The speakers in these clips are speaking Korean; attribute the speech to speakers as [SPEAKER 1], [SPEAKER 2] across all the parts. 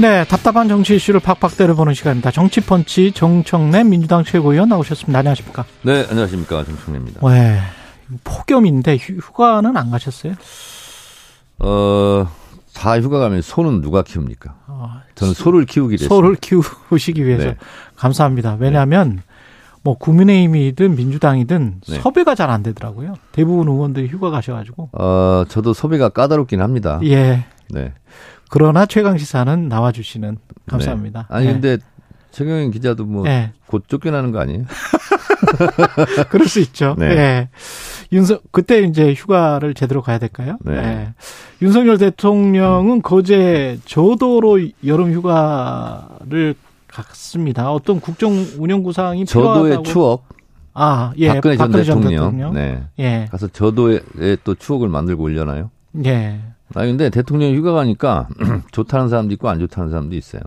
[SPEAKER 1] 네, 답답한 정치 이슈를 팍팍 때려보는 시간입니다. 정치펀치 정청래 민주당 최고위원 나오셨습니다. 안녕하십니까?
[SPEAKER 2] 네, 안녕하십니까. 정청래입니다.
[SPEAKER 1] 왜 폭염인데 휴- 휴가는 안 가셨어요?
[SPEAKER 2] 어, 다 휴가 가면 소는 누가 키웁니까?
[SPEAKER 1] 어,
[SPEAKER 2] 저는 소를 키우기로
[SPEAKER 1] 소를 키우시기 위해서
[SPEAKER 2] 네.
[SPEAKER 1] 감사합니다. 왜냐하면 뭐 국민의힘이든 민주당이든
[SPEAKER 2] 네.
[SPEAKER 1] 섭외가 잘 안 되더라고요. 대부분 의원들이 휴가 가셔가지고
[SPEAKER 2] 했습니다. 어, 저도 섭외가 까다롭긴 합니다.
[SPEAKER 1] 예.
[SPEAKER 2] 네.
[SPEAKER 1] 그러나 최강 시사는 나와주시는 감사합니다.
[SPEAKER 2] 네. 아니
[SPEAKER 1] 예.
[SPEAKER 2] 근데 최경영 기자도 뭐 곧
[SPEAKER 1] 예.
[SPEAKER 2] 쫓겨나는 거 아니에요?
[SPEAKER 1] 그럴 수 있죠.
[SPEAKER 2] 네.
[SPEAKER 1] 예. 윤석 그때 이제 휴가를 제대로 가야 될까요?
[SPEAKER 2] 네. 음.
[SPEAKER 1] 예. 윤석열 대통령은 거제 저도로 여름 휴가를 갔습니다. 어떤 국정 운영 구상이
[SPEAKER 2] 저도의
[SPEAKER 1] 필요하다고.
[SPEAKER 2] 추억.
[SPEAKER 1] 아, 예.
[SPEAKER 2] 박근혜, 전 대통령. 네.
[SPEAKER 1] 예.
[SPEAKER 2] 가서 저도의 또 추억을 만들고 올려나요?
[SPEAKER 1] 예.
[SPEAKER 2] 아 근데 대통령 휴가 가니까 좋다는 사람도 있고 안 좋다는 사람도 있어요.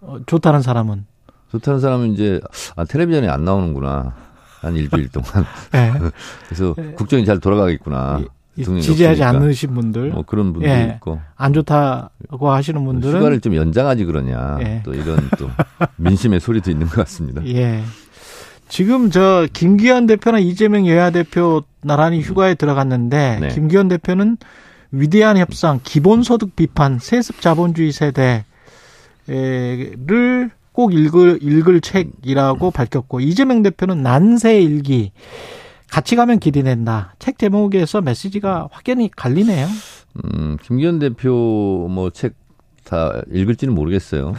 [SPEAKER 1] 어, 좋다는 사람은
[SPEAKER 2] 좋다는 사람은 이제 아 텔레비전에 안 나오는구나. 한 일주일 동안.
[SPEAKER 1] 예.
[SPEAKER 2] 그래서 국정이 잘 돌아가겠구나.
[SPEAKER 1] 이
[SPEAKER 2] 대통령이
[SPEAKER 1] 지지하지
[SPEAKER 2] 없으니까.
[SPEAKER 1] 않으신 분들,
[SPEAKER 2] 뭐 그런 분도
[SPEAKER 1] 예.
[SPEAKER 2] 있고
[SPEAKER 1] 안 좋다고 하시는 분들은
[SPEAKER 2] 휴가를 좀 연장하지 그러냐
[SPEAKER 1] 예.
[SPEAKER 2] 또 이런 또 민심의 소리도 있는 것 같습니다.
[SPEAKER 1] 예. 지금 저 김기현 대표나 이재명 여야 대표 나란히 휴가에 들어갔는데
[SPEAKER 2] 네.
[SPEAKER 1] 김기현 대표는 위대한 협상, 기본소득 비판, 세습 자본주의 세대를 꼭 읽을 읽을 책이라고 밝혔고 이재명 대표는 난세 일기 같이 가면 길이 낸다. 책 제목에서 메시지가 확연히 갈리네요.
[SPEAKER 2] 음, 김기현 대표 뭐 책 다 읽을지는 모르겠어요.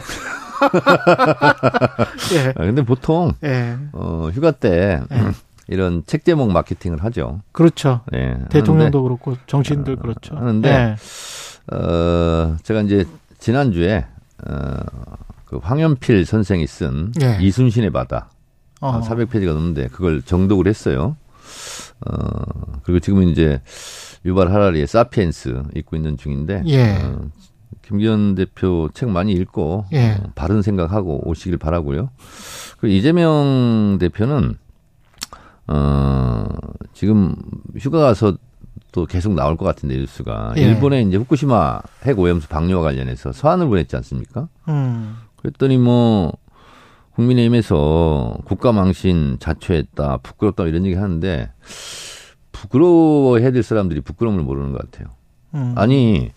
[SPEAKER 1] 예.
[SPEAKER 2] 아, 근데 보통
[SPEAKER 1] 예.
[SPEAKER 2] 어, 휴가 때
[SPEAKER 1] 예.
[SPEAKER 2] 이런 책 제목 마케팅을 하죠.
[SPEAKER 1] 그렇죠.
[SPEAKER 2] 예,
[SPEAKER 1] 대통령도 그렇고 정치인들 그렇죠.
[SPEAKER 2] 하는데
[SPEAKER 1] 예.
[SPEAKER 2] 하는데, 어, 제가 이제 지난 주에 어, 그 황현필 선생이 쓴
[SPEAKER 1] 예.
[SPEAKER 2] 이순신의 바다
[SPEAKER 1] 어.
[SPEAKER 2] 한 400페이지가 넘는데 그걸 정독을 했어요. 어, 그리고 지금 이제 유발 하라리의 사피엔스 읽고 있는 중인데
[SPEAKER 1] 예.
[SPEAKER 2] 어, 김기현 대표 책 많이 읽고
[SPEAKER 1] 예.
[SPEAKER 2] 어, 바른 생각하고 오시길 바라고요. 그리고 이재명 대표는 어, 지금 휴가 가서 또 계속 나올 것 같은데 뉴스가
[SPEAKER 1] 예.
[SPEAKER 2] 일본에 이제 후쿠시마 핵 오염수 방류와 관련해서 서한을 보냈지 않습니까?
[SPEAKER 1] 음.
[SPEAKER 2] 그랬더니 뭐 국민의힘에서 국가 망신 자초했다 부끄럽다 이런 얘기 하는데 부끄러워해야 될 사람들이 부끄러움을 모르는 것 같아요.
[SPEAKER 1] 음.
[SPEAKER 2] 아니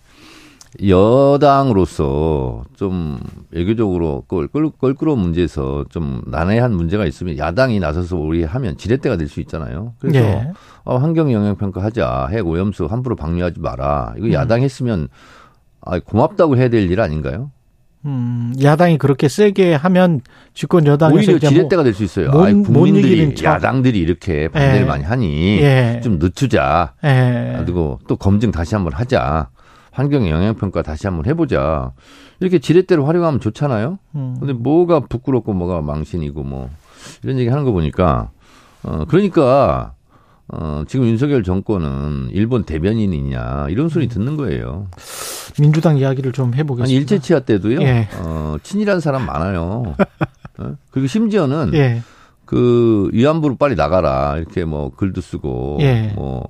[SPEAKER 2] 여당으로서 좀 외교적으로 껄- 껄- 껄끄러운 문제에서 좀 난해한 문제가 있으면 야당이 나서서 우리 하면 지렛대가 될 수 있잖아요. 그래서
[SPEAKER 1] 예.
[SPEAKER 2] 어, 환경 영향 평가하자 핵 오염수 함부로 방류하지 마라 이거 야당 했으면 아, 고맙다고 해야 될 일 아닌가요?
[SPEAKER 1] 음, 야당이 그렇게 세게 하면 집권 여당에서
[SPEAKER 2] 오히려
[SPEAKER 1] 이제
[SPEAKER 2] 지렛대가 될 수 있어요.
[SPEAKER 1] 뭔-
[SPEAKER 2] 아이,
[SPEAKER 1] 뭔
[SPEAKER 2] 국민들이
[SPEAKER 1] 얘기는 참-
[SPEAKER 2] 야당들이 이렇게 반대를
[SPEAKER 1] 예.
[SPEAKER 2] 많이 하니
[SPEAKER 1] 예.
[SPEAKER 2] 좀 늦추자.
[SPEAKER 1] 뭐, 예.
[SPEAKER 2] 그리고 또 검증 다시 한번 하자. 환경 영향 평가 다시 한번 해보자. 이렇게 지렛대로 활용하면 좋잖아요.
[SPEAKER 1] 음,
[SPEAKER 2] 근데 뭐가 부끄럽고 뭐가 망신이고 뭐 이런 얘기 하는 거 보니까 어 그러니까 어 지금 윤석열 정권은 일본 대변인이냐 이런
[SPEAKER 1] 음.
[SPEAKER 2] 소리 듣는 거예요.
[SPEAKER 1] 민주당 이야기를 좀
[SPEAKER 2] 아니
[SPEAKER 1] 해보겠습니다.
[SPEAKER 2] 일제 치하 때도요.
[SPEAKER 1] 예.
[SPEAKER 2] 어 친일한 사람 많아요. 어? 그리고 심지어는
[SPEAKER 1] 예.
[SPEAKER 2] 그 위안부로 빨리 나가라 이렇게 뭐 글도 쓰고
[SPEAKER 1] 예.
[SPEAKER 2] 뭐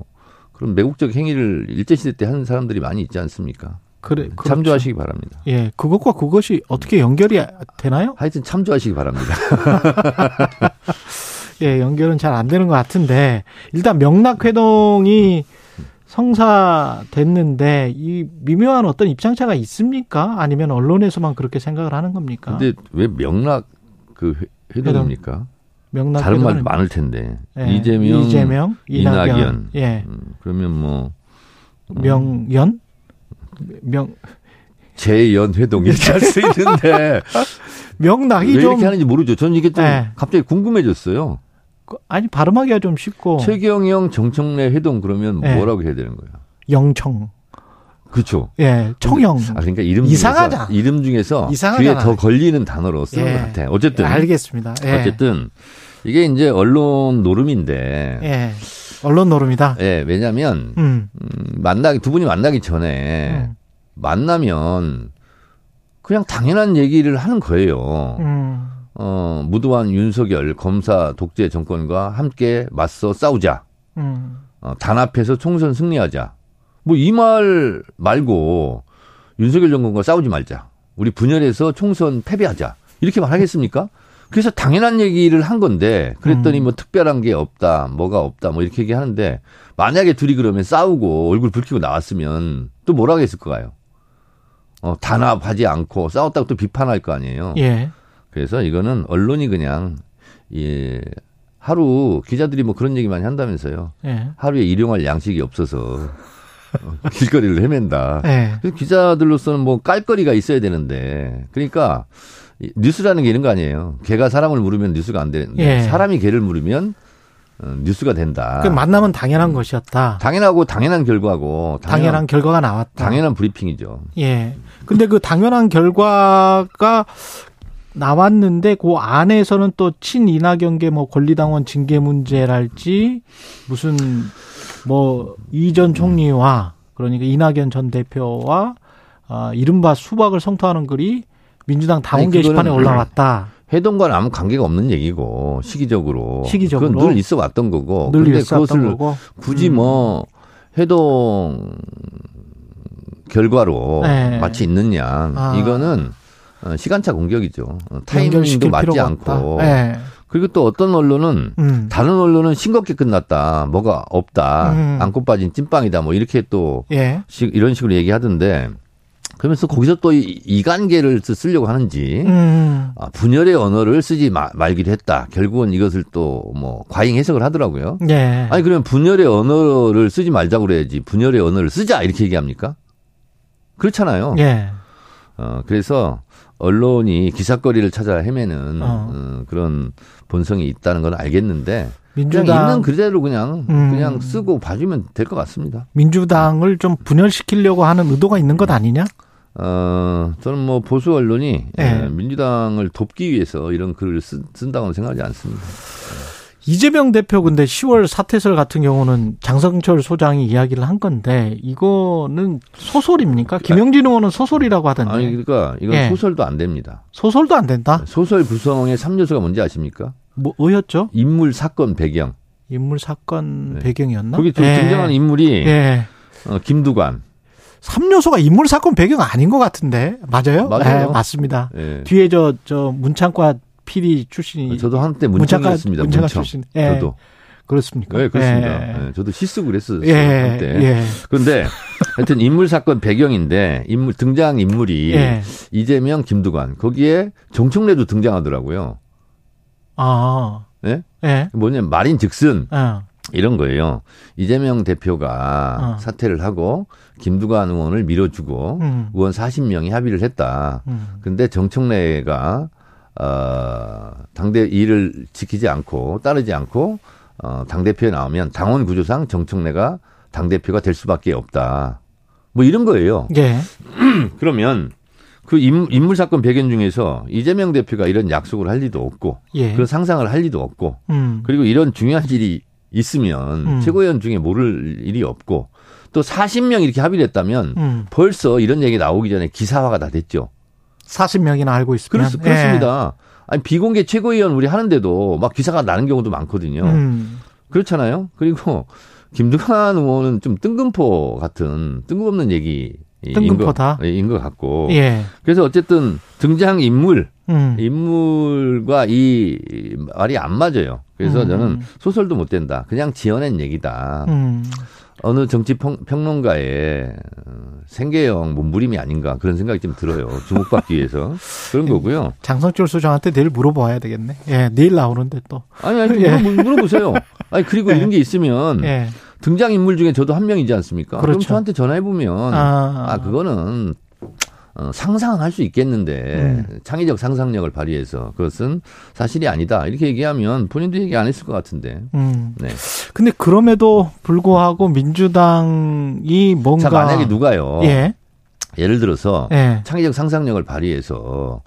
[SPEAKER 2] 그런 매국적 행위를 일제 시대 때 한 사람들이 많이 있지 않습니까?
[SPEAKER 1] 그래. 그렇죠.
[SPEAKER 2] 음, 참조하시기 바랍니다.
[SPEAKER 1] 예. 그것과 그것이 어떻게 연결이 되나요?
[SPEAKER 2] 하여튼 참조하시기 바랍니다.
[SPEAKER 1] 예, 연결은 잘 안 되는 것 같은데 일단 명락회동이 성사됐는데 이 미묘한 어떤 입장차가 있습니까? 아니면 언론에서만 그렇게 생각을 하는 겁니까?
[SPEAKER 2] 근데 왜 명락 그 회- 회동입니까?
[SPEAKER 1] 명락 예.
[SPEAKER 2] 다른 말도 많을 텐데 이재명,
[SPEAKER 1] 이재명, 이낙연,
[SPEAKER 2] 이낙연.
[SPEAKER 1] 예,
[SPEAKER 2] 음, 그러면 뭐 음.
[SPEAKER 1] 명연, 명
[SPEAKER 2] 재연 회동이 잘수 있는데 왜
[SPEAKER 1] 아, 명락이
[SPEAKER 2] 이렇게
[SPEAKER 1] 좀
[SPEAKER 2] 하는지 모르죠. 저는 이게 좀
[SPEAKER 1] 예.
[SPEAKER 2] 갑자기 궁금해졌어요.
[SPEAKER 1] 그- 아니 발음하기가 좀 쉽고
[SPEAKER 2] 최경영 정청래 회동 그러면
[SPEAKER 1] 어. 예.
[SPEAKER 2] 뭐라고 해야 되는 거예요?
[SPEAKER 1] 영청
[SPEAKER 2] 그렇죠.
[SPEAKER 1] 예, 청영.
[SPEAKER 2] 아 그러니까 이름
[SPEAKER 1] 이상하잖아.
[SPEAKER 2] 중에서 이름 중에서 뒤에
[SPEAKER 1] 이상하잖아.
[SPEAKER 2] 더 걸리는 단어로 쓰는
[SPEAKER 1] 예.
[SPEAKER 2] 것 같아. 어쨌든
[SPEAKER 1] 알겠습니다. 예.
[SPEAKER 2] 어쨌든 이게 이제 언론 노름인데 예,
[SPEAKER 1] 예. 언론
[SPEAKER 2] 네.
[SPEAKER 1] 노름이다.
[SPEAKER 2] 왜냐하면
[SPEAKER 1] 음.
[SPEAKER 2] 음, 만나기 두 분이 만나기 전에
[SPEAKER 1] 음.
[SPEAKER 2] 만나면 그냥 당연한 얘기를 하는 거예요.
[SPEAKER 1] 음.
[SPEAKER 2] 어, 무도한 윤석열 검사 독재 정권과 함께 맞서 싸우자.
[SPEAKER 1] 음.
[SPEAKER 2] 어, 단합해서 총선 승리하자. 뭐 이 말 말고 윤석열 정권과 싸우지 말자. 우리 분열해서 총선 패배하자. 이렇게 말하겠습니까? 그래서 당연한 얘기를 한 건데 그랬더니 뭐 특별한 게 없다, 뭐가 없다, 뭐 이렇게 얘기하는데 만약에 둘이 그러면 싸우고 얼굴 붉히고 나왔으면 또 뭐라고 했을 거예요? 어, 단합하지 않고 싸웠다고 또 비판할 거 아니에요.
[SPEAKER 1] 예.
[SPEAKER 2] 그래서 이거는 언론이 그냥 예, 하루 기자들이 뭐 그런 얘기 많이 한다면서요.
[SPEAKER 1] 예.
[SPEAKER 2] 하루에 일용할 양식이 없어서 어, 길거리를 헤맨다.
[SPEAKER 1] 예.
[SPEAKER 2] 그래서 기자들로서는 뭐 깔거리가 있어야 되는데 그러니까 이 뉴스라는 게 이런 거 아니에요. 개가 사람을 물으면 뉴스가 안 되는데
[SPEAKER 1] 예.
[SPEAKER 2] 사람이 개를 물으면 어, 뉴스가 된다.
[SPEAKER 1] 그 만남은 당연한 것이었다.
[SPEAKER 2] 당연하고 당연한 결과고
[SPEAKER 1] 당연한 결과가 나왔다.
[SPEAKER 2] 당연한 브리핑이죠.
[SPEAKER 1] 예. 근데 그 당연한 결과가 나왔는데 그 안에서는 또 친이낙연계 뭐 권리당원 징계 문제랄지 무슨 뭐 이전 총리와 그러니까 이낙연 전 대표와 아 이른바 수박을 성토하는 글이 민주당 당원
[SPEAKER 2] 아니, 그거는 네.
[SPEAKER 1] 게시판에 올라왔다.
[SPEAKER 2] 해동과는 아무 관계가 없는 얘기고 시기적으로
[SPEAKER 1] 시기적으로.
[SPEAKER 2] 그건 늘 있어 왔던 거고
[SPEAKER 1] 늘
[SPEAKER 2] 근데
[SPEAKER 1] 있었던
[SPEAKER 2] 그것을
[SPEAKER 1] 거고.
[SPEAKER 2] 굳이 뭐 해동 결과로
[SPEAKER 1] 네.
[SPEAKER 2] 마치 있느냐
[SPEAKER 1] 아.
[SPEAKER 2] 이거는 어, 시간차 공격이죠. 어, 타이밍도
[SPEAKER 1] 연결시킬
[SPEAKER 2] 맞지
[SPEAKER 1] 필요가
[SPEAKER 2] 않고
[SPEAKER 1] 없다. 예.
[SPEAKER 2] 그리고 또 어떤 언론은
[SPEAKER 1] 음.
[SPEAKER 2] 다른 언론은 싱겁게 끝났다, 뭐가 없다,
[SPEAKER 1] 음.
[SPEAKER 2] 안고 빠진 찐빵이다, 뭐 이렇게 또
[SPEAKER 1] 예.
[SPEAKER 2] 시- 이런 식으로 얘기하던데 그러면서 거기서 또 이- 이간계를 쓰- 쓰려고 하는지
[SPEAKER 1] 음.
[SPEAKER 2] 아, 분열의 언어를 쓰지 마- 말기로 했다. 결국은 이것을 또 뭐 과잉 해석을 하더라고요.
[SPEAKER 1] 예.
[SPEAKER 2] 아니 그러면 분열의 언어를 쓰지 말자 그래야지 분열의 언어를 쓰자 이렇게 얘기합니까? 그렇잖아요.
[SPEAKER 1] 예.
[SPEAKER 2] 어, 그래서 언론이 기사거리를 찾아 헤매는
[SPEAKER 1] 어.
[SPEAKER 2] 음, 그런 본성이 있다는 건 알겠는데 그냥
[SPEAKER 1] 민주당
[SPEAKER 2] 있는 그대로 그냥
[SPEAKER 1] 음.
[SPEAKER 2] 그냥 쓰고 봐주면 될 것 같습니다.
[SPEAKER 1] 민주당을 좀 분열시키려고 하는 의도가 있는 것 아니냐?
[SPEAKER 2] 어, 저는 뭐 보수 언론이
[SPEAKER 1] 네.
[SPEAKER 2] 에, 민주당을 돕기 위해서 이런 글을 쓴, 쓴다고는 생각하지 않습니다.
[SPEAKER 1] 이재명 대표 근데 10월 사퇴설 같은 경우는 장성철 소장이 이야기를 한 건데 이거는 소설입니까? 김영진 의원은 소설이라고 하던데
[SPEAKER 2] 아니 그러니까 이건
[SPEAKER 1] 예.
[SPEAKER 2] 소설도 안 됩니다.
[SPEAKER 1] 소설도 안 된다?
[SPEAKER 2] 소설 구성의 3요소가 뭔지 아십니까?
[SPEAKER 1] 뭐 의였죠?
[SPEAKER 2] 인물, 사건, 배경.
[SPEAKER 1] 인물 사건
[SPEAKER 2] 네.
[SPEAKER 1] 배경이었나?
[SPEAKER 2] 거기 좀
[SPEAKER 1] 예.
[SPEAKER 2] 등장한 인물이
[SPEAKER 1] 예.
[SPEAKER 2] 어, 김두관.
[SPEAKER 1] 3요소가 인물 사건 배경 아닌 것 같은데 맞아요?
[SPEAKER 2] 맞아요.
[SPEAKER 1] 예, 맞습니다.
[SPEAKER 2] 예.
[SPEAKER 1] 뒤에 저 저 문창과 PD 출신이
[SPEAKER 2] 아, 저도 한때
[SPEAKER 1] 문창과-
[SPEAKER 2] 문창이었습니다.
[SPEAKER 1] 문창과
[SPEAKER 2] 문창.
[SPEAKER 1] 출신. 예.
[SPEAKER 2] 저도.
[SPEAKER 1] 그렇습니까?
[SPEAKER 2] 네,
[SPEAKER 1] 예.
[SPEAKER 2] 그렇습니다. 예, 저도 시숙을 했었어요.
[SPEAKER 1] 예,
[SPEAKER 2] 한때.
[SPEAKER 1] 예,
[SPEAKER 2] 근데 하여튼 인물 사건 배경인데 인물 등장 인물이
[SPEAKER 1] 예.
[SPEAKER 2] 이재명, 김두관. 거기에 정청래도 등장하더라고요.
[SPEAKER 1] 아,
[SPEAKER 2] 예?
[SPEAKER 1] 예,
[SPEAKER 2] 뭐냐면 말인즉슨
[SPEAKER 1] 어,
[SPEAKER 2] 이런 거예요. 이재명 대표가
[SPEAKER 1] 어.
[SPEAKER 2] 사퇴를 하고 김두관 의원을 밀어주고
[SPEAKER 1] 음.
[SPEAKER 2] 의원 40명이 합의를 했다.
[SPEAKER 1] 음,
[SPEAKER 2] 근데 정청래가 어, 당대 일을 지키지 않고 따르지 않고 어, 당 대표에 나오면 당원 구조상 정청래가 당 대표가 될 수밖에 없다. 뭐 이런 거예요.
[SPEAKER 1] 예,
[SPEAKER 2] 그러면 그 인- 인물 사건 배경 중에서 이재명 대표가 이런 약속을 할 리도 없고
[SPEAKER 1] 예,
[SPEAKER 2] 그런 상상을 할 리도 없고
[SPEAKER 1] 음,
[SPEAKER 2] 그리고 이런 중요한 일이 있으면
[SPEAKER 1] 음.
[SPEAKER 2] 최고위원 중에 모를 일이 없고 또 40명 이렇게 합의를 했다면
[SPEAKER 1] 음,
[SPEAKER 2] 벌써 이런 얘기 나오기 전에 기사화가 다 됐죠.
[SPEAKER 1] 40명이나 알고 있으면
[SPEAKER 2] 그렇, 그렇습니다. 아니 비공개 최고위원 우리 하는데도 막 기사가 나는 경우도 많거든요.
[SPEAKER 1] 예. 음,
[SPEAKER 2] 그렇잖아요. 그리고 김두관 의원은 좀 뜬금포 같은 뜬금없는 얘기
[SPEAKER 1] 뜬금포다.
[SPEAKER 2] 인것 같고.
[SPEAKER 1] 예,
[SPEAKER 2] 그래서 어쨌든 등장 인물
[SPEAKER 1] 음,
[SPEAKER 2] 예. 인물과 이 말이 안 맞아요. 그래서
[SPEAKER 1] 음.
[SPEAKER 2] 저는 소설도 못 된다. 그냥 지어낸 얘기다.
[SPEAKER 1] 음,
[SPEAKER 2] 어느 정치 평, 론가의 어, 생계형 몸부림이 아닌가 그런 생각이 좀 들어요. 주목받기 위해서 그런 거고요.
[SPEAKER 1] 장성철 소장한테 내일 물어봐야 되겠네. 예, 내일 나오는데 또,
[SPEAKER 2] 아니, 아니
[SPEAKER 1] 예.
[SPEAKER 2] 물어보, 물어보세요. 아니 그리고
[SPEAKER 1] 예.
[SPEAKER 2] 이런 게 있으면
[SPEAKER 1] 예,
[SPEAKER 2] 등장 인물 중에 저도 한 명이지 않습니까? 그럼 아,
[SPEAKER 1] 그렇죠.
[SPEAKER 2] 저한테 전화해 보면
[SPEAKER 1] 아.
[SPEAKER 2] 아, 그거는 어, 상상은 할 수 있겠는데
[SPEAKER 1] 예.
[SPEAKER 2] 창의적 상상력을 발휘해서 그것은 사실이 아니다 이렇게 얘기하면 본인도 얘기 안 했을 것 같은데
[SPEAKER 1] 음.
[SPEAKER 2] 네.
[SPEAKER 1] 근데 그럼에도 불구하고 민주당이 뭔가
[SPEAKER 2] 자 만약에 어. 누가요
[SPEAKER 1] 예.
[SPEAKER 2] 예를 들어서
[SPEAKER 1] 예.
[SPEAKER 2] 창의적 상상력을 발휘해서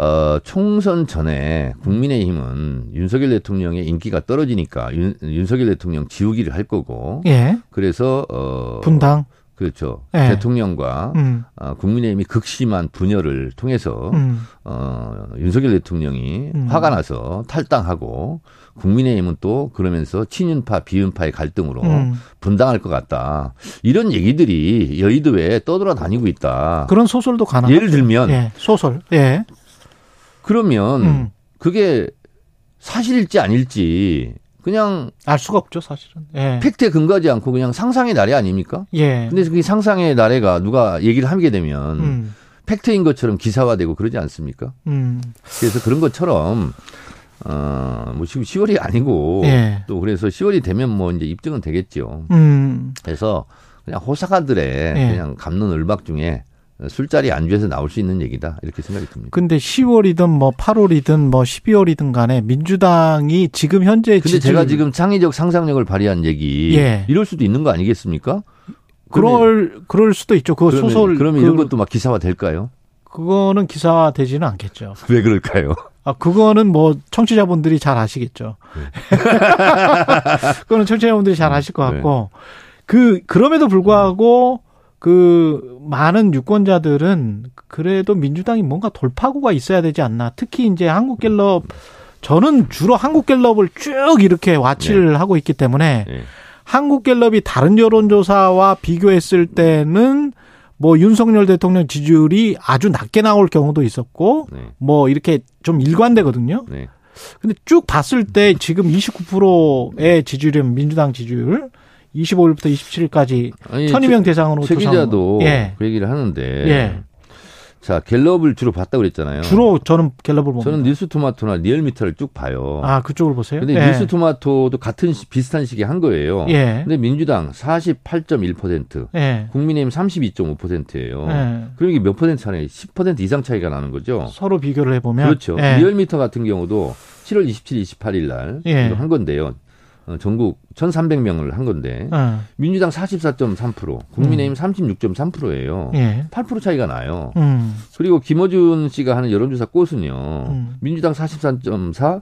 [SPEAKER 2] 어, 총선 전에 국민의힘은 윤석열 대통령의 인기가 떨어지니까 윤, 윤석열 대통령 지우기를 할 거고
[SPEAKER 1] 예.
[SPEAKER 2] 그래서 어,
[SPEAKER 1] 분당.
[SPEAKER 2] 그렇죠
[SPEAKER 1] 예.
[SPEAKER 2] 대통령과
[SPEAKER 1] 음.
[SPEAKER 2] 어, 국민의힘이 극심한 분열을 통해서
[SPEAKER 1] 음.
[SPEAKER 2] 어, 윤석열 대통령이
[SPEAKER 1] 음.
[SPEAKER 2] 화가 나서 탈당하고 국민의힘은 또 그러면서 친윤파 비윤파의 갈등으로
[SPEAKER 1] 음.
[SPEAKER 2] 분당할 것 같다 이런 얘기들이 여의도에 떠돌아다니고 있다.
[SPEAKER 1] 그런 소설도 가능.
[SPEAKER 2] 예를 들면
[SPEAKER 1] 예. 소설. 예.
[SPEAKER 2] 그러면
[SPEAKER 1] 음.
[SPEAKER 2] 그게 사실일지 아닐지 그냥
[SPEAKER 1] 알 수가 없죠, 사실은. 예.
[SPEAKER 2] 팩트에 근거하지 않고 그냥 상상의 나래 아닙니까?
[SPEAKER 1] 예.
[SPEAKER 2] 근데 그 상상의 나래가 누가 얘기를 하게 되면
[SPEAKER 1] 음.
[SPEAKER 2] 팩트인 것처럼 기사화되고 그러지 않습니까?
[SPEAKER 1] 음.
[SPEAKER 2] 그래서 그런 것처럼 어뭐 지금 10월이 아니고
[SPEAKER 1] 예.
[SPEAKER 2] 또 그래서 10월이 되면 뭐 이제 입증은 되겠죠.
[SPEAKER 1] 음.
[SPEAKER 2] 그래서 그냥 호사가들의
[SPEAKER 1] 예.
[SPEAKER 2] 그냥 감론을박 중에 술자리 안주에서 나올 수 있는 얘기다 이렇게 생각이 듭니다.
[SPEAKER 1] 근데 10월이든 뭐 8월이든 뭐 12월이든 간에 민주당이 지금 현재
[SPEAKER 2] 근데
[SPEAKER 1] 지지
[SPEAKER 2] 제가 지금 창의적 상상력을 발휘한 얘기
[SPEAKER 1] 예.
[SPEAKER 2] 이럴 수도 있는 거 아니겠습니까?
[SPEAKER 1] 그럴 그럴 수도 있죠. 그
[SPEAKER 2] 그러면-
[SPEAKER 1] 소설
[SPEAKER 2] 그러면
[SPEAKER 1] 그,
[SPEAKER 2] 이런 것도 막 기사화 될까요?
[SPEAKER 1] 그거는 기사화 되지는 않겠죠.
[SPEAKER 2] 왜 그럴까요?
[SPEAKER 1] 아, 그거는 뭐 청취자분들이 잘 아시겠죠. 그거는 청취자분들이 잘 아실 것
[SPEAKER 2] 네.
[SPEAKER 1] 같고 그 그럼에도 불구하고 그 많은 유권자들은 그래도 민주당이 뭔가 돌파구가 있어야 되지 않나. 특히 이제 한국갤럽 저는 주로 한국갤럽을 쭉 이렇게 와치를 하고 있기 때문에
[SPEAKER 2] 예.
[SPEAKER 1] 한국갤럽이 다른 여론조사와 비교했을 때는 뭐 윤석열 대통령 지지율이 아주 낮게 나올 경우도 있었고
[SPEAKER 2] 네.
[SPEAKER 1] 뭐 이렇게 좀 일관되거든요.
[SPEAKER 2] 네.
[SPEAKER 1] 근데 쭉 봤을 때 지금 29%의 지지율은 민주당 지지율 25일부터 27일까지
[SPEAKER 2] 아니,
[SPEAKER 1] 천이명 대상으로
[SPEAKER 2] 최 예, 기자도
[SPEAKER 1] 조사한 거. 예.
[SPEAKER 2] 그 얘기를 하는데
[SPEAKER 1] 예.
[SPEAKER 2] 자 갤럽을 주로 봤다고 그랬잖아요.
[SPEAKER 1] 주로 저는 갤럽을 봅니다.
[SPEAKER 2] 어. 저는 뉴스토마토나 리얼미터를 쭉 봐요.
[SPEAKER 1] 아, 그쪽을 보세요.
[SPEAKER 2] 근데
[SPEAKER 1] 예.
[SPEAKER 2] 뉴스토마토도 같은 시- 비슷한 시기에 한 거예요.
[SPEAKER 1] 예.
[SPEAKER 2] 근데 민주당 48.1%,
[SPEAKER 1] 예.
[SPEAKER 2] 국민의힘 32.5%예요.
[SPEAKER 1] 예.
[SPEAKER 2] 그럼 이게 몇 퍼센트 차이? 10% 이상 차이가 나는 거죠.
[SPEAKER 1] 서로 비교를 해 보면
[SPEAKER 2] 그렇죠.
[SPEAKER 1] 예.
[SPEAKER 2] 리얼미터 같은 경우도 7월 27, 28일 날
[SPEAKER 1] 예.
[SPEAKER 2] 한 건데요. 어, 전국 1,300명을 한 건데
[SPEAKER 1] 어,
[SPEAKER 2] 민주당 44.3%, 국민의힘 36.3%예요.
[SPEAKER 1] 음. 예.
[SPEAKER 2] 8% 차이가 나요.
[SPEAKER 1] 음.
[SPEAKER 2] 그리고 김어준 씨가 하는 여론조사 꽃은요.
[SPEAKER 1] 음.
[SPEAKER 2] 민주당 43.4,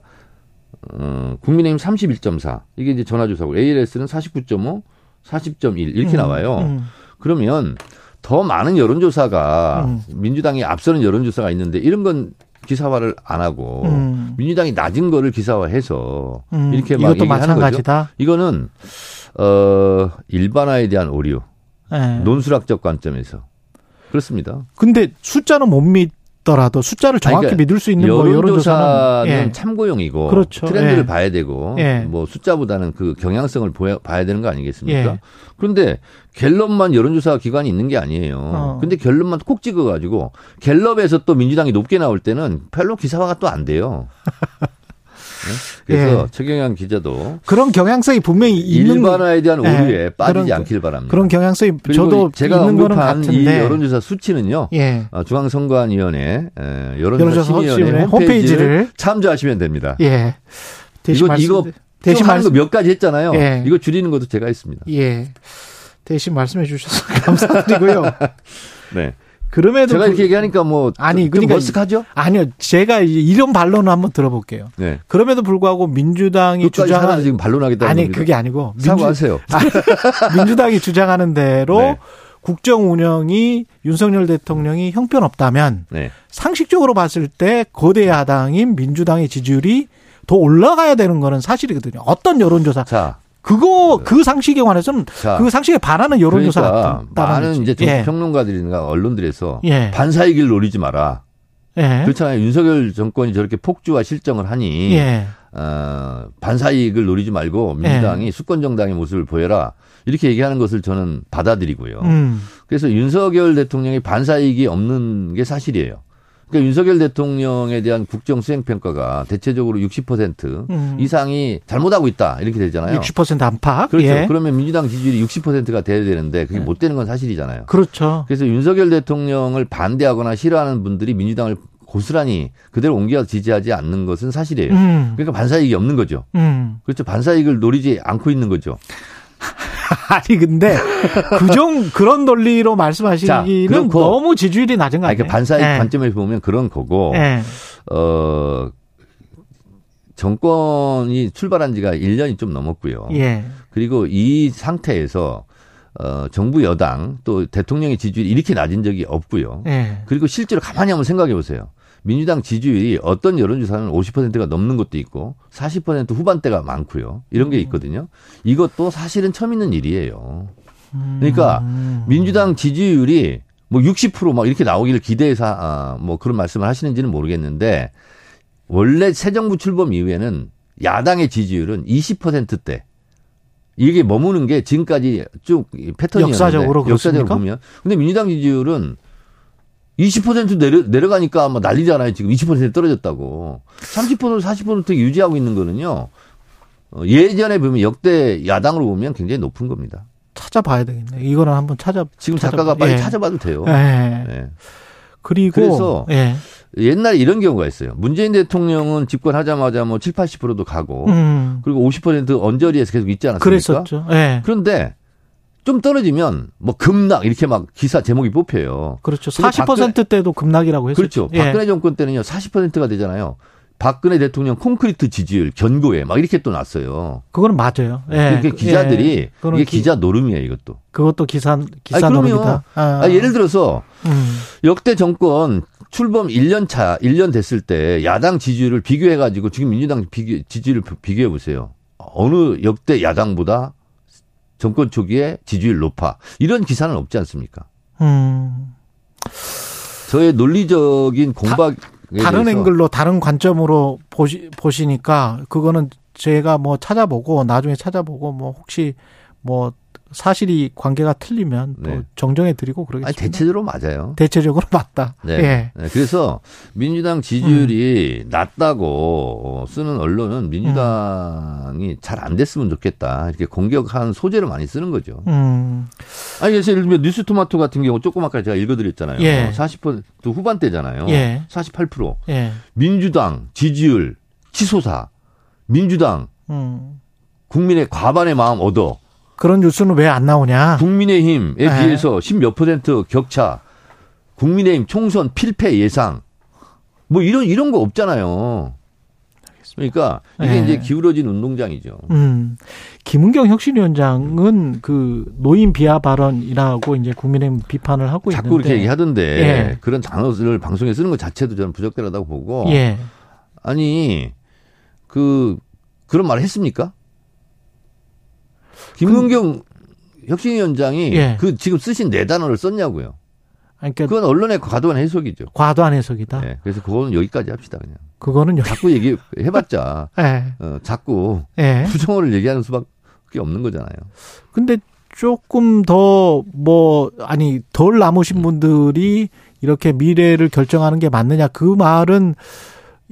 [SPEAKER 2] 어, 국민의힘 31.4. 이게 이제 전화조사고 ALS는 49.5, 40.1
[SPEAKER 1] 음,
[SPEAKER 2] 이렇게 나와요.
[SPEAKER 1] 음.
[SPEAKER 2] 그러면 더 많은 여론조사가
[SPEAKER 1] 음.
[SPEAKER 2] 민주당이 앞서는 여론조사가 있는데 이런 건 기사화를 안 하고
[SPEAKER 1] 음.
[SPEAKER 2] 민주당이 낮은 거를 기사화해서
[SPEAKER 1] 음,
[SPEAKER 2] 어. 이렇게 막
[SPEAKER 1] 이것도
[SPEAKER 2] 얘기하는 거죠.
[SPEAKER 1] 마찬가지다.
[SPEAKER 2] 이거는 어 일반화에 대한 오류,
[SPEAKER 1] 예.
[SPEAKER 2] 논술학적 관점에서 그렇습니다.
[SPEAKER 1] 근데 숫자는 못 믿더라도 숫자를 정확히
[SPEAKER 2] 그러니까
[SPEAKER 1] 믿을 수 있는 뭐
[SPEAKER 2] 여론조사는
[SPEAKER 1] 여론조사는 예.
[SPEAKER 2] 참고용이고
[SPEAKER 1] 그렇죠.
[SPEAKER 2] 트렌드를
[SPEAKER 1] 예.
[SPEAKER 2] 봐야 되고
[SPEAKER 1] 예.
[SPEAKER 2] 뭐 숫자보다는 그 경향성을 보야, 봐야 되는 거 아니겠습니까?
[SPEAKER 1] 예.
[SPEAKER 2] 그런데 갤럽만 여론조사 기관이 있는 게 아니에요.
[SPEAKER 1] 어.
[SPEAKER 2] 근데 갤럽만 콕 찍어가지고 갤럽에서 또 민주당이 높게 나올 때는 별로 기사화가 또 안 돼요. 네? 그래서
[SPEAKER 1] 예.
[SPEAKER 2] 최경양 기자도
[SPEAKER 1] 그런 경향성이 분명히 있는 거-
[SPEAKER 2] 일반화에 대한
[SPEAKER 1] 예.
[SPEAKER 2] 오류에 빠지지
[SPEAKER 1] 그런-
[SPEAKER 2] 않길 바랍니다.
[SPEAKER 1] 그런 경향성이
[SPEAKER 2] 그리고
[SPEAKER 1] 저도
[SPEAKER 2] 제가
[SPEAKER 1] 있는 거는
[SPEAKER 2] 언급한 이
[SPEAKER 1] 같은데
[SPEAKER 2] 여론조사 수치는요.
[SPEAKER 1] 예.
[SPEAKER 2] 어, 중앙선관위원회 에,
[SPEAKER 1] 여론조사
[SPEAKER 2] 여론조사 심의위원회
[SPEAKER 1] 심의위원회
[SPEAKER 2] 홈페이지를
[SPEAKER 1] 홈페이지를
[SPEAKER 2] 참조하시면 됩니다.
[SPEAKER 1] 예. 대신
[SPEAKER 2] 이거-
[SPEAKER 1] 말씀
[SPEAKER 2] 이거
[SPEAKER 1] 대신
[SPEAKER 2] 대신 하는
[SPEAKER 1] 말씀
[SPEAKER 2] 거몇 가지 했잖아요.
[SPEAKER 1] 예.
[SPEAKER 2] 이거 줄이는 것도 제가 했습니다.
[SPEAKER 1] 예. 대신 말씀해 주셔서 감사드리고요.
[SPEAKER 2] 네.
[SPEAKER 1] 그럼에도
[SPEAKER 2] 제가
[SPEAKER 1] 불-
[SPEAKER 2] 이렇게 얘기하니까 뭐
[SPEAKER 1] 아니,
[SPEAKER 2] 좀
[SPEAKER 1] 그러니까
[SPEAKER 2] 머쓱하죠?
[SPEAKER 1] 아니요. 제가 이제 이런 반론을 한번 들어볼게요.
[SPEAKER 2] 네.
[SPEAKER 1] 그럼에도 불구하고 민주당이
[SPEAKER 2] 끝까지 하나
[SPEAKER 1] 주장하는
[SPEAKER 2] 지금 반론하겠다는
[SPEAKER 1] 아니
[SPEAKER 2] 겁니다.
[SPEAKER 1] 그게 아니고
[SPEAKER 2] 사과하세요.
[SPEAKER 1] 아, 민주당이 주장하는 대로
[SPEAKER 2] 네.
[SPEAKER 1] 국정 운영이 윤석열 대통령이 형편없다면
[SPEAKER 2] 네.
[SPEAKER 1] 상식적으로 봤을 때 거대 야당인 민주당의 지지율이 더 올라가야 되는 거는 사실이거든요. 어떤 여론조사
[SPEAKER 2] 자,
[SPEAKER 1] 그거 그 상식에 관해서는
[SPEAKER 2] 자.
[SPEAKER 1] 그 상식에 반하는 여론조사가
[SPEAKER 2] 네. 아. 그러니까
[SPEAKER 1] 없다는
[SPEAKER 2] 많은
[SPEAKER 1] 거지.
[SPEAKER 2] 이제
[SPEAKER 1] 예.
[SPEAKER 2] 정평론가들이나 언론들에서
[SPEAKER 1] 예.
[SPEAKER 2] 반사의 길 노리지 마라.
[SPEAKER 1] 예.
[SPEAKER 2] 그렇잖아요. 윤석열 정권이 저렇게 폭주와 실정을 하니
[SPEAKER 1] 예.
[SPEAKER 2] 어, 반사 이익을 노리지 말고 민주당이 수권 정당의 모습을 보여라. 이렇게 얘기하는 것을 저는 받아들이고요.
[SPEAKER 1] 음.
[SPEAKER 2] 그래서 윤석열 대통령이 반사 이익이 없는 게 사실이에요. 그러니까 윤석열 대통령에 대한 국정 수행 평가가 대체적으로 60%
[SPEAKER 1] 음.
[SPEAKER 2] 이상이 잘못하고 있다 이렇게 되잖아요.
[SPEAKER 1] 60% 안팎.
[SPEAKER 2] 그렇죠.
[SPEAKER 1] 예. 네.
[SPEAKER 2] 그러면 민주당 지지율이 60%가 돼야 되는데 그게 못 되는 건 사실이잖아요.
[SPEAKER 1] 그렇죠.
[SPEAKER 2] 그래서 윤석열 대통령을 반대하거나 싫어하는 분들이 민주당을 고스란히 그대로 옮겨 지지하지 않는 것은 사실이에요.
[SPEAKER 1] 음.
[SPEAKER 2] 그러니까 반사이익이 없는 거죠.
[SPEAKER 1] 음.
[SPEAKER 2] 그렇죠. 반사이익을 노리지 않고 있는 거죠.
[SPEAKER 1] 아니 근데 그정 그런 논리로 말씀하시기는
[SPEAKER 2] 자, 그렇고.
[SPEAKER 1] 너무 지지율이 낮은 거
[SPEAKER 2] 아니,
[SPEAKER 1] 아니에요?
[SPEAKER 2] 그러니까 반사이익
[SPEAKER 1] 예.
[SPEAKER 2] 관점에서 보면 그런 거고
[SPEAKER 1] 예.
[SPEAKER 2] 어 정권이 출발한 지가 1년이 좀 넘었고요.
[SPEAKER 1] 예.
[SPEAKER 2] 그리고 이 상태에서 어 정부 여당 또 대통령의 지지율이 이렇게 낮은 적이 없고요.
[SPEAKER 1] 예.
[SPEAKER 2] 그리고 실제로 가만히 한번 생각해 보세요. 민주당 지지율이 어떤 여론조사는 50%가 넘는 것도 있고 40% 후반대가 많고요. 이런
[SPEAKER 1] 음.
[SPEAKER 2] 게 있거든요. 이것도 사실은 처음 있는 일이에요.
[SPEAKER 1] 음.
[SPEAKER 2] 그러니까 민주당 지지율이 뭐 60%막 이렇게 나오기를 기대해서 아, 뭐 그런 말씀을 하시는지는 모르겠는데 원래 새 정부 출범 이후에는 야당의 지지율은 20%대 이게 머무는 게 지금까지 쭉이 패턴이었는데
[SPEAKER 1] 역사적으로
[SPEAKER 2] 역사적으로
[SPEAKER 1] 그렇습니까?
[SPEAKER 2] 보면 근데 민주당 지지율은 20% 내려, 내려가니까 뭐 난리잖아요. 지금 20% 떨어졌다고. 30% 40% 유지하고 있는 거는요. 어, 예전에 보면 역대 야당으로 보면 굉장히 높은 겁니다.
[SPEAKER 1] 찾아봐야 되겠네. 이거는 한번 찾아.
[SPEAKER 2] 지금
[SPEAKER 1] 찾아봐-
[SPEAKER 2] 작가가 빨리
[SPEAKER 1] 예.
[SPEAKER 2] 찾아봐도 돼요.
[SPEAKER 1] 예.
[SPEAKER 2] 예.
[SPEAKER 1] 그리고
[SPEAKER 2] 그래서
[SPEAKER 1] 예.
[SPEAKER 2] 옛날에 이런 경우가 있어요. 문재인 대통령은 집권하자마자 뭐 7, 80%도 가고
[SPEAKER 1] 음.
[SPEAKER 2] 그리고 50% 언저리에서 계속 있지 않았습니까?
[SPEAKER 1] 그랬었죠. 예.
[SPEAKER 2] 런데좀 떨어지면 뭐 급락 이렇게 막 기사 제목이 뽑혀요.
[SPEAKER 1] 그렇죠.
[SPEAKER 2] 근데
[SPEAKER 1] 40% 때도 급락이라고 했었죠.
[SPEAKER 2] 그렇죠.
[SPEAKER 1] 예.
[SPEAKER 2] 박근혜 정권 때는요 40%가 되잖아요. 박근혜 대통령 콘크리트 지지율 견고해 막 이렇게 또 났어요.
[SPEAKER 1] 그거는 맞아요. 예.
[SPEAKER 2] 그게 기자들이
[SPEAKER 1] 예. 그거는
[SPEAKER 2] 이게
[SPEAKER 1] 기-
[SPEAKER 2] 기자 노름이에요 이것도.
[SPEAKER 1] 그것도 기사 기사
[SPEAKER 2] 아니, 그럼요.
[SPEAKER 1] 노름이다. 아.
[SPEAKER 2] 아, 예를 들어서
[SPEAKER 1] 음.
[SPEAKER 2] 역대 정권 출범 1년 차, 1년 됐을 때 야당 지지율을 비교해가지고 지금 민주당 비교, 지지율을 비교해 보세요. 어느 역대 야당보다 정권 초기에 지지율 높아. 이런 기사는 없지 않습니까?
[SPEAKER 1] 음.
[SPEAKER 2] 저의 논리적인 공박에
[SPEAKER 1] 다른
[SPEAKER 2] 대해서
[SPEAKER 1] 앵글로 다른 관점으로 보시 보시니까 그거는 제가 뭐 찾아보고 나중에 찾아보고 뭐 혹시 뭐 사실이 관계가 틀리면 또
[SPEAKER 2] 네.
[SPEAKER 1] 정정해 드리고 그러겠습니다.
[SPEAKER 2] 아니, 대체적으로 맞아요.
[SPEAKER 1] 적으로 맞다.
[SPEAKER 2] 네.
[SPEAKER 1] 예.
[SPEAKER 2] 네, 그래서 민주당 지지율이 낮다고 쓰는 언론은 민주당이 잘 안 됐으면 좋겠다. 이렇게 공격한 소재를 많이 쓰는 거죠.
[SPEAKER 1] 음.
[SPEAKER 2] 아니, 그래서 예를 들면 뉴스 토마토 같은 경우 조금 아까 제가 읽어드렸잖아요. 뭐
[SPEAKER 1] 예.
[SPEAKER 2] 40% 후반대잖아요.
[SPEAKER 1] 예.
[SPEAKER 2] 48%.
[SPEAKER 1] 예.
[SPEAKER 2] 민주당 지지율 치솟아. 민주당
[SPEAKER 1] 음.
[SPEAKER 2] 국민의 과반의 마음 얻어.
[SPEAKER 1] 그런 뉴스는 왜 안 나오냐?
[SPEAKER 2] 국민의힘에
[SPEAKER 1] 예.
[SPEAKER 2] 비해서 10몇 퍼센트 격차. 국민의힘 총선 필패 예상. 뭐 이런 이런 거 없잖아요. 그러니까 이게
[SPEAKER 1] 예.
[SPEAKER 2] 이제 기울어진 운동장이죠.
[SPEAKER 1] 음. 김은경 혁신위원장은 그 노인 비하 발언이라고 이제 국민의힘 비판을 하고
[SPEAKER 2] 자꾸
[SPEAKER 1] 있는데
[SPEAKER 2] 이렇게 얘기하던데
[SPEAKER 1] 예.
[SPEAKER 2] 그런 단어를 방송에 쓰는 것 자체도 저는 부적절하다고 보고
[SPEAKER 1] 예.
[SPEAKER 2] 아니 그 그런 말을 했습니까? 김은경 혁신위원장이
[SPEAKER 1] 그- 예.
[SPEAKER 2] 그 지금 쓰신 네 단어를 썼냐고요.
[SPEAKER 1] 아니, 그러니까
[SPEAKER 2] 그건 언론의 과도한 해석이죠.
[SPEAKER 1] 과도한 해석이다.
[SPEAKER 2] 예, 그래서 그거는 여기까지 합시다 그냥.
[SPEAKER 1] 그거는 여기
[SPEAKER 2] 자꾸 얘기해봤자
[SPEAKER 1] 예.
[SPEAKER 2] 어, 자꾸
[SPEAKER 1] 예.
[SPEAKER 2] 부정어를 얘기하는 수밖에 없는 거잖아요.
[SPEAKER 1] 근데 조금 더 뭐 아니 덜 남으신 분들이 이렇게 미래를 결정하는 게 맞느냐 그 말은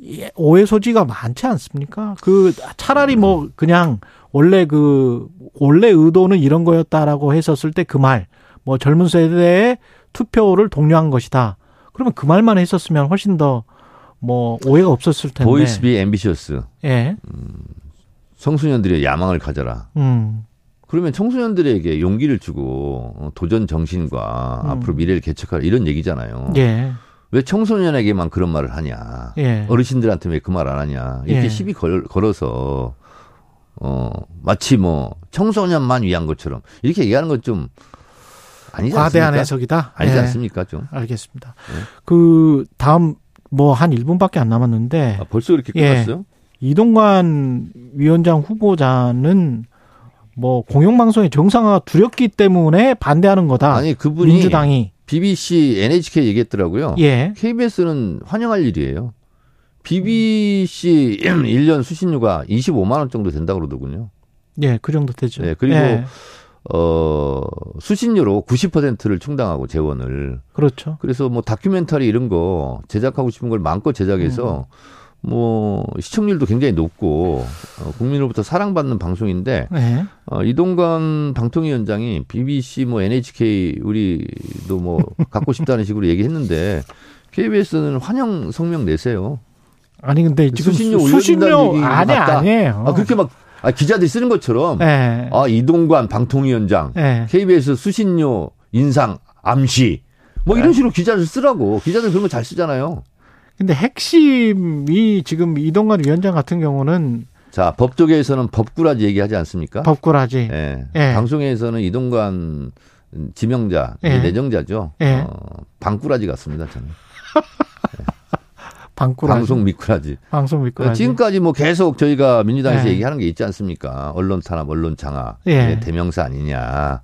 [SPEAKER 1] 예, 오해 소지가 많지 않습니까? 그 차라리 뭐 그냥 원래 그 원래 의도는 이런 거였다라고 했었을 때 그 말 뭐 젊은 세대의 투표를 독려한 것이다. 그러면 그 말만 했었으면 훨씬 더 뭐 오해가 없었을 텐데.
[SPEAKER 2] 보이스비 앰비셔스
[SPEAKER 1] 예.
[SPEAKER 2] 청소년들의 야망을 가져라.
[SPEAKER 1] 음.
[SPEAKER 2] 그러면 청소년들에게 용기를 주고 어, 도전 정신과
[SPEAKER 1] 음.
[SPEAKER 2] 앞으로 미래를 개척할 이런 얘기잖아요.
[SPEAKER 1] 예.
[SPEAKER 2] 왜 청소년에게만 그런 말을 하냐?
[SPEAKER 1] 예.
[SPEAKER 2] 어르신들한테 왜 그 말 안 하냐? 이렇게
[SPEAKER 1] 예.
[SPEAKER 2] 시비 걸, 걸어서 어 마치 뭐 청소년만 위한 것처럼 이렇게 얘기하는 건 좀 아니지
[SPEAKER 1] 과대한
[SPEAKER 2] 않습니까?
[SPEAKER 1] 해석이다.
[SPEAKER 2] 아니지
[SPEAKER 1] 예.
[SPEAKER 2] 않습니까? 좀
[SPEAKER 1] 알겠습니다.
[SPEAKER 2] 네.
[SPEAKER 1] 그 다음 뭐 한 1분밖에 안 남았는데
[SPEAKER 2] 아, 벌써 이렇게
[SPEAKER 1] 예.
[SPEAKER 2] 끝났어요?
[SPEAKER 1] 이동관 위원장 후보자는 뭐 공영방송의 정상화가 두렵기 때문에 반대하는 거다.
[SPEAKER 2] 아니 그분이 아.
[SPEAKER 1] 민주당이
[SPEAKER 2] BBC, NHK 얘기했더라고요.
[SPEAKER 1] 예.
[SPEAKER 2] KBS는 환영할 일이에요. BBC 음, 1년 수신료가 25만 원 정도 된다고 그러더군요.
[SPEAKER 1] 예, 그 정도 되죠.
[SPEAKER 2] 네, 그리고
[SPEAKER 1] 예.
[SPEAKER 2] 어, 수신료로 90%를 충당하고 재원을.
[SPEAKER 1] 그렇죠.
[SPEAKER 2] 그래서 뭐 다큐멘터리 이런 거 제작하고 싶은 걸 마음껏 제작해서 뭐 시청률도 굉장히 높고 어, 국민으로부터 사랑받는 방송인데
[SPEAKER 1] 네.
[SPEAKER 2] 어, 이동관 방통위원장이 BBC 뭐 NHK 우리도 뭐 갖고 싶다는 식으로 얘기했는데 KBS는 환영 성명 내세요.
[SPEAKER 1] 아니 근데 지금
[SPEAKER 2] 그 수신료
[SPEAKER 1] 수-
[SPEAKER 2] 올려준다는
[SPEAKER 1] 수신료
[SPEAKER 2] 얘기
[SPEAKER 1] 아니
[SPEAKER 2] 같다.
[SPEAKER 1] 아니에요.
[SPEAKER 2] 아 그렇게 막 아, 기자들이 쓰는 것처럼
[SPEAKER 1] 예.
[SPEAKER 2] 아 이동관 방통위원장
[SPEAKER 1] 예.
[SPEAKER 2] KBS 수신료 인상 암시 뭐 이런 식으로 기자를 쓰라고 기자들 그런 거 잘 쓰잖아요.
[SPEAKER 1] 근데 핵심이 지금 이동관 위원장 같은 경우는
[SPEAKER 2] 자 법조계에서는 법꾸라지 얘기하지 않습니까?
[SPEAKER 1] 법꾸라지.
[SPEAKER 2] 예.
[SPEAKER 1] 예.
[SPEAKER 2] 방송에서는 이동관 지명자 이제
[SPEAKER 1] 예.
[SPEAKER 2] 내정자죠.
[SPEAKER 1] 예.
[SPEAKER 2] 어, 방꾸라지 같습니다. 저는
[SPEAKER 1] 방꾸라지.
[SPEAKER 2] 방송 미꾸라지.
[SPEAKER 1] 방송
[SPEAKER 2] 그러니까
[SPEAKER 1] 미꾸라지.
[SPEAKER 2] 지금까지 뭐 계속 저희가 민주당에서
[SPEAKER 1] 예.
[SPEAKER 2] 얘기하는 게 있지 않습니까? 언론 탄압, 언론 장악,
[SPEAKER 1] 예.
[SPEAKER 2] 이게 대명사 아니냐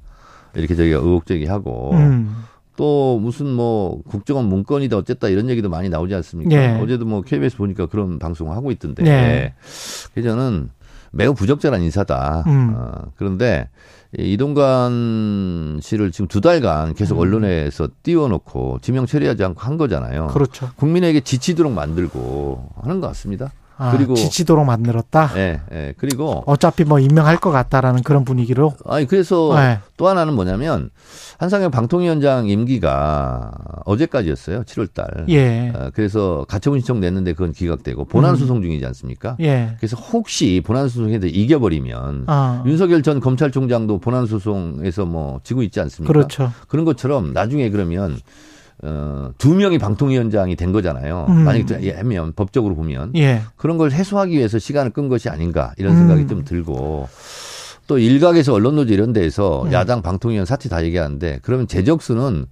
[SPEAKER 2] 이렇게 저희가 의혹 제기하고
[SPEAKER 1] 음.
[SPEAKER 2] 또 무슨 뭐 국정원 문건이다 어쨌다 이런 얘기도 많이 나오지 않습니까?
[SPEAKER 1] 예.
[SPEAKER 2] 어제도 뭐 KBS 보니까 그런 방송을 하고 있던데.
[SPEAKER 1] 예.
[SPEAKER 2] 그래서 저는 매우 부적절한 인사다.
[SPEAKER 1] 음.
[SPEAKER 2] 어, 그런데 이 이동관 씨를 지금 두 달간
[SPEAKER 1] 음.
[SPEAKER 2] 계속 언론에서 띄워놓고 지명 처리하지 않고 한 거잖아요.
[SPEAKER 1] 그렇죠.
[SPEAKER 2] 국민에게 지치도록 만들고 하는 것 같습니다.
[SPEAKER 1] 아,
[SPEAKER 2] 그리고-
[SPEAKER 1] 지치도록 만들었다.
[SPEAKER 2] 예, 예. 그리고
[SPEAKER 1] 어차피 뭐 임명할 것 같다라는 그런 분위기로.
[SPEAKER 2] 아니 그래서
[SPEAKER 1] 네.
[SPEAKER 2] 또 하나는 뭐냐면 한상혁 방통위원장 임기가 어제까지였어요. 7월달.
[SPEAKER 1] 예. 음.
[SPEAKER 2] 어, 그래서 가처분 신청 냈는데 그건 기각되고 보난 소송 중이지 않습니까?
[SPEAKER 1] 예.
[SPEAKER 2] 그래서 혹시 보난 소송에서 이겨버리면
[SPEAKER 1] 아.
[SPEAKER 2] 윤석열 전 검찰총장도 보난 소송에서 뭐 지고 있지 않습니까?
[SPEAKER 1] 그렇죠.
[SPEAKER 2] 런 것처럼 나중에 그러면 어, 두 명이 방통위원장이 된 거잖아요.
[SPEAKER 1] 음.
[SPEAKER 2] 만약에 예, 하면 법적으로 보면
[SPEAKER 1] 예.
[SPEAKER 2] 그런 걸 해소하기 위해서 시간을 끈 것이 아닌가 이런 생각이
[SPEAKER 1] 음.
[SPEAKER 2] 좀 들고 또 일각에서 언론노조 이런 데에서
[SPEAKER 1] 음.
[SPEAKER 2] 야당 방통위원 사퇴 다 얘기하는데 그러면 재적수는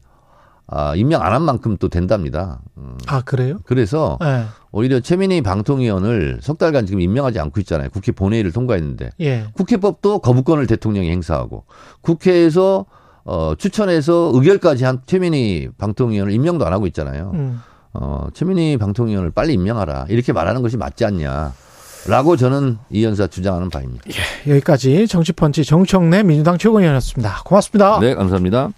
[SPEAKER 2] 아, 임명 안 한 만큼 또 된답니다. 음,
[SPEAKER 1] 아, 그래요?
[SPEAKER 2] 그래서
[SPEAKER 1] 예.
[SPEAKER 2] 오히려 최민희 방통위원을 석 달간 지금 임명하지 않고 있잖아요. 국회 본회의를 통과했는데
[SPEAKER 1] 예.
[SPEAKER 2] 국회법도 거부권을 대통령이 행사하고 국회에서 어, 추천해서 의결까지 한 최민희 방통위원을 임명도 안 하고 있잖아요.
[SPEAKER 1] 음.
[SPEAKER 2] 어, 최민희 방통위원을 빨리 임명하라. 이렇게 말하는 것이 맞지 않냐. 라고 저는 이 연사 주장하는 바입니다.
[SPEAKER 1] 여기까지 정치펀치 정청래 민주당 최고위원이었습니다. 고맙습니다.
[SPEAKER 2] 네, 감사합니다.